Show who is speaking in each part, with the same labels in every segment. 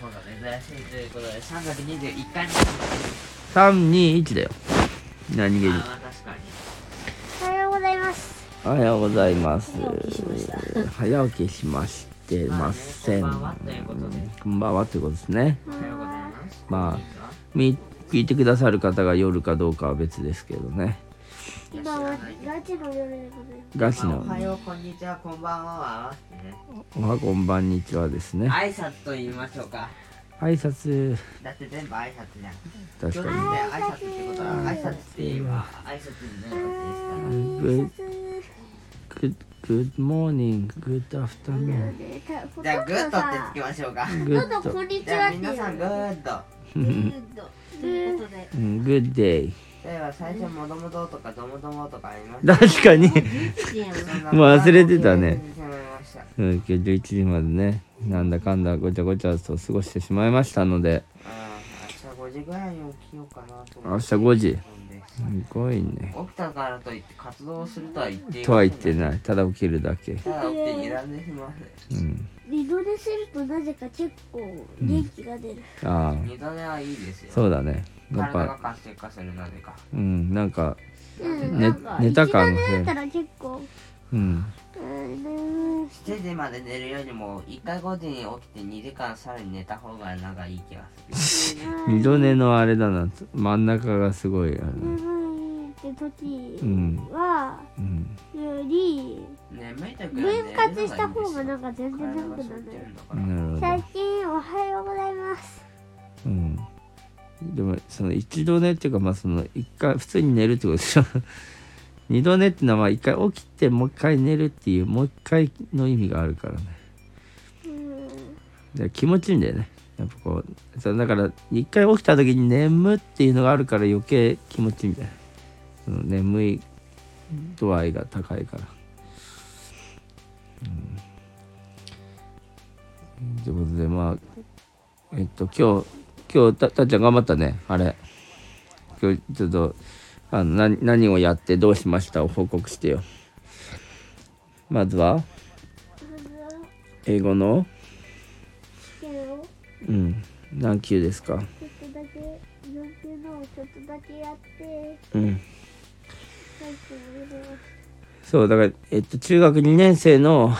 Speaker 1: するということで321回目あ
Speaker 2: 321だよ何気
Speaker 1: ー
Speaker 2: に
Speaker 1: まあ確かに
Speaker 3: おはようございます。
Speaker 2: おはようございます
Speaker 3: 早起きしました
Speaker 2: 早起きしましてません
Speaker 1: まあねこんばんはということで
Speaker 2: うんこんばんはということですね
Speaker 1: おはようございます
Speaker 2: まみ聞いてくださる方が夜かどうかは別ですけどね
Speaker 3: 今はガチの夜でございます。
Speaker 2: ガチの
Speaker 1: おはようこんにちはこんばんはは合わせてね
Speaker 2: おはこんばんにちはですね
Speaker 1: 挨拶と言いましょうか
Speaker 2: 挨拶
Speaker 1: だって全部挨拶じゃん
Speaker 2: 確
Speaker 1: 上手
Speaker 2: か
Speaker 1: で
Speaker 2: に
Speaker 1: 挨拶ってことは挨拶って言えば挨拶になるわけですか
Speaker 2: グッグッモーニンググッドアフタヌーン
Speaker 1: らじゃあグッドってつけ
Speaker 3: け
Speaker 1: ましょうか
Speaker 2: グ
Speaker 3: ど
Speaker 2: ッ
Speaker 3: うぞこ
Speaker 2: ド
Speaker 3: んにち
Speaker 1: じゃ
Speaker 3: は
Speaker 1: あ
Speaker 3: って言
Speaker 1: 皆
Speaker 3: う
Speaker 1: さんグッド
Speaker 2: うん
Speaker 3: ということで。
Speaker 2: グッデイ
Speaker 1: 例えば最初もどもどとかどもどもとかあります
Speaker 2: 確かに
Speaker 1: も
Speaker 2: もう忘れてた
Speaker 1: 忘
Speaker 2: ね
Speaker 1: れてしまいました
Speaker 2: うん今日11時までねなんだかんだごちゃごちゃと過ごしてしまいましたので
Speaker 1: あー明日5時ぐらいに起きようかなと思
Speaker 2: 明
Speaker 1: っ
Speaker 2: 日
Speaker 1: て
Speaker 2: 5時
Speaker 1: たんです
Speaker 2: すごいね
Speaker 1: 起きたからといって活動するとは言っていません
Speaker 2: とは言ってないただ起きるだけ
Speaker 1: ただ起きて油断できます
Speaker 2: うん
Speaker 3: 二度寝するとなぜか結構元気が出る。
Speaker 2: ああ
Speaker 1: 二度寝はいいですよ
Speaker 2: そうだねやっ
Speaker 1: 体が
Speaker 2: ぱ
Speaker 1: 活性化するなぜか
Speaker 2: うんなんか
Speaker 3: うん、
Speaker 2: ね
Speaker 3: なんか
Speaker 2: 寝た感が
Speaker 3: 一
Speaker 2: 増える
Speaker 3: 度寝だったら結構。
Speaker 2: うん
Speaker 3: うん、眠い
Speaker 1: 7時まで寝るよりも1回5時に起きて2時間さらに寝た方がなんかいい気がす
Speaker 2: 二度寝のあれだな真ん中がすごいあの
Speaker 3: 眠いって時
Speaker 2: うん
Speaker 3: は、
Speaker 2: うん
Speaker 3: より
Speaker 1: る眠い時は寝る
Speaker 3: 分
Speaker 1: のがいいんです
Speaker 3: 割し
Speaker 1: よ
Speaker 3: た方がなんか全然
Speaker 1: 体
Speaker 3: 眠
Speaker 1: が
Speaker 3: く
Speaker 1: 空
Speaker 3: ないら
Speaker 1: て
Speaker 3: ない
Speaker 1: るんだから
Speaker 2: なる
Speaker 3: 最
Speaker 2: ほ
Speaker 3: 近おはようございます。
Speaker 2: どうんでもその一度寝っていうかまあその一回普通に寝るってことでしょ 二度寝ってのはまあ一回起きてもう一回寝るっていうもう一回の意味があるからね
Speaker 3: うん、
Speaker 2: で気持ちいいんだよねやっぱこうそうだから一回起きた時に眠っていうのがあるから余計気持ちいいみたいなその眠い度合いが高いからうんということでまあえっと今日今日たたっちゃん頑張ったねあれ今日ちょっとあの何何をやってどうしましたを報告してよまずは英語の
Speaker 3: けど
Speaker 2: うん何級ですか
Speaker 3: ちょっとだけ4級のをちょっとだけやって
Speaker 2: うん
Speaker 3: 最近入れま
Speaker 2: そうだから、えっと、中学2年生の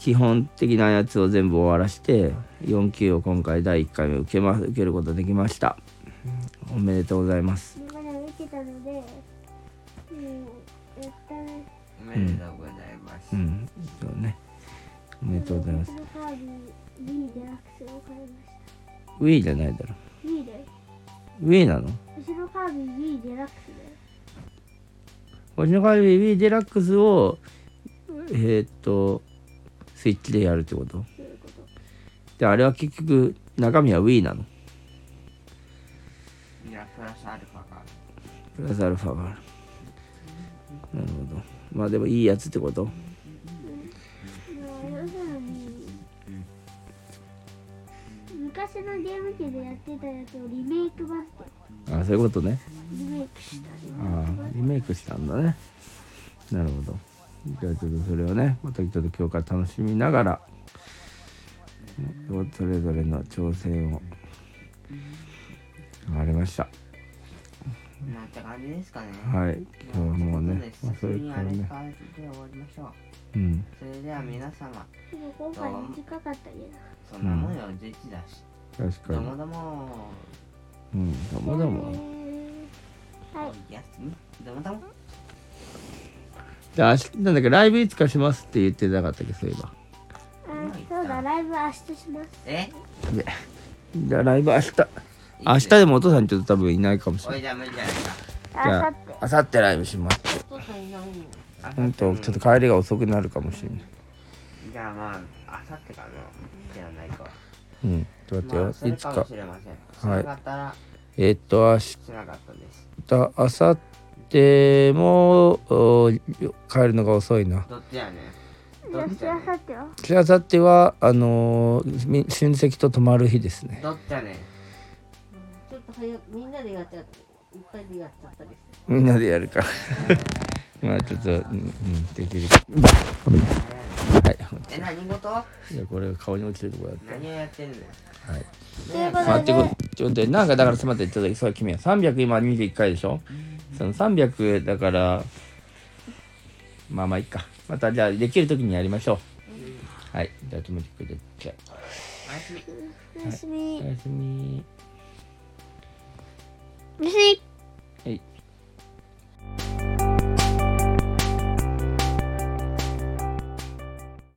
Speaker 2: 基本的なやつを全部終わらして4級を今回第1回目受け,、ま、受けることができましたおめでとうございます
Speaker 3: す。今まで受けたので、もうやったね。
Speaker 1: おめでとうございます、
Speaker 2: うんそうねおめでとうございます
Speaker 3: 僕の代わりに B デラックスを買いまし
Speaker 2: Wii じゃないだろ
Speaker 3: た。B で
Speaker 2: Wii なの
Speaker 3: うちの代わりに B デラックスで。
Speaker 2: 星の代わりに Wii デラックスをえーっとスイッチでやるってこと
Speaker 3: そういうこと。
Speaker 2: であれは結局中身は Wii なの
Speaker 1: いやプラスアルファが
Speaker 2: プラスアルファがあるなるほどまあでもいいやつってこと
Speaker 3: まあ要するに昔のゲーム機でやってたやつをリメイク版って
Speaker 2: あそういうことね
Speaker 3: リメイクしたね。
Speaker 2: ああリメイクしたんだねなるほどじゃあちょっとそれをねまたちょっと今日から楽しみながらそれぞれの挑戦を上がりました
Speaker 1: なんて感じですかね
Speaker 2: はい今日はもうね、まあ、
Speaker 1: そ
Speaker 2: そうれ
Speaker 1: いう
Speaker 2: か
Speaker 1: あ
Speaker 2: ら
Speaker 1: れ
Speaker 2: ね
Speaker 1: かで終わりましょう
Speaker 2: うん
Speaker 1: それでは皆様
Speaker 3: でも今回短かったけど。
Speaker 1: そんなもんよ11だし
Speaker 2: 確
Speaker 1: ど
Speaker 2: か
Speaker 1: う
Speaker 2: に
Speaker 1: もどうも
Speaker 2: うんどうもどうも
Speaker 3: はい。
Speaker 1: おやすみどうもどうも
Speaker 2: じゃあ明日なんだっけライブいつかしますって言ってなかったっけそういえば
Speaker 3: あそうだ、ライブ明日します。
Speaker 1: え
Speaker 2: じゃあライブ明日明日でもお父さんちょっと多分いないかもしれ
Speaker 1: お
Speaker 2: ない
Speaker 1: いじゃあ無理じゃないか
Speaker 3: 明
Speaker 2: じゃ
Speaker 3: 後日。
Speaker 2: あ明後日ライブします本当ちょっと帰りが遅くなるかもしれない
Speaker 1: じゃあまあ、あさってかな。じゃないか。
Speaker 2: うんちょっと
Speaker 1: まあ、
Speaker 2: 待ってよいつ
Speaker 1: それかも
Speaker 2: か
Speaker 1: しれません。つながったら、
Speaker 2: えっと明日
Speaker 1: つながったです。
Speaker 2: 明後日もお帰るのが遅いな
Speaker 1: どっちやね。
Speaker 3: じゃ
Speaker 1: ど
Speaker 3: あ
Speaker 1: っ
Speaker 3: し
Speaker 1: ちや
Speaker 3: あ
Speaker 1: ね。
Speaker 3: さっ
Speaker 2: 明後日
Speaker 3: ては
Speaker 2: はあのーみ親戚と泊まる日ですね
Speaker 1: どっちやね。
Speaker 4: ちょっと早くみんなでやっちゃったいっぱいでやっちゃったりして
Speaker 2: みんなでやるから まあちょっと、うんうん、できるはい
Speaker 1: え、何事
Speaker 2: じゃあこれが顔に落ちてるとこだっ
Speaker 1: 何をやってんのよ。
Speaker 2: たはい
Speaker 3: ということ
Speaker 2: まあ、
Speaker 3: で
Speaker 2: ってことで、なんかだから、ちょっと待って、ちょっと、そう、君は300、今21回でしょその300だから、まあまあいいか。またじゃあ、できるときにやりましょう。はい。じゃあ、気持ちくれて。
Speaker 1: おやすみ
Speaker 3: おやすみ
Speaker 2: おやすみ。
Speaker 3: おやすみ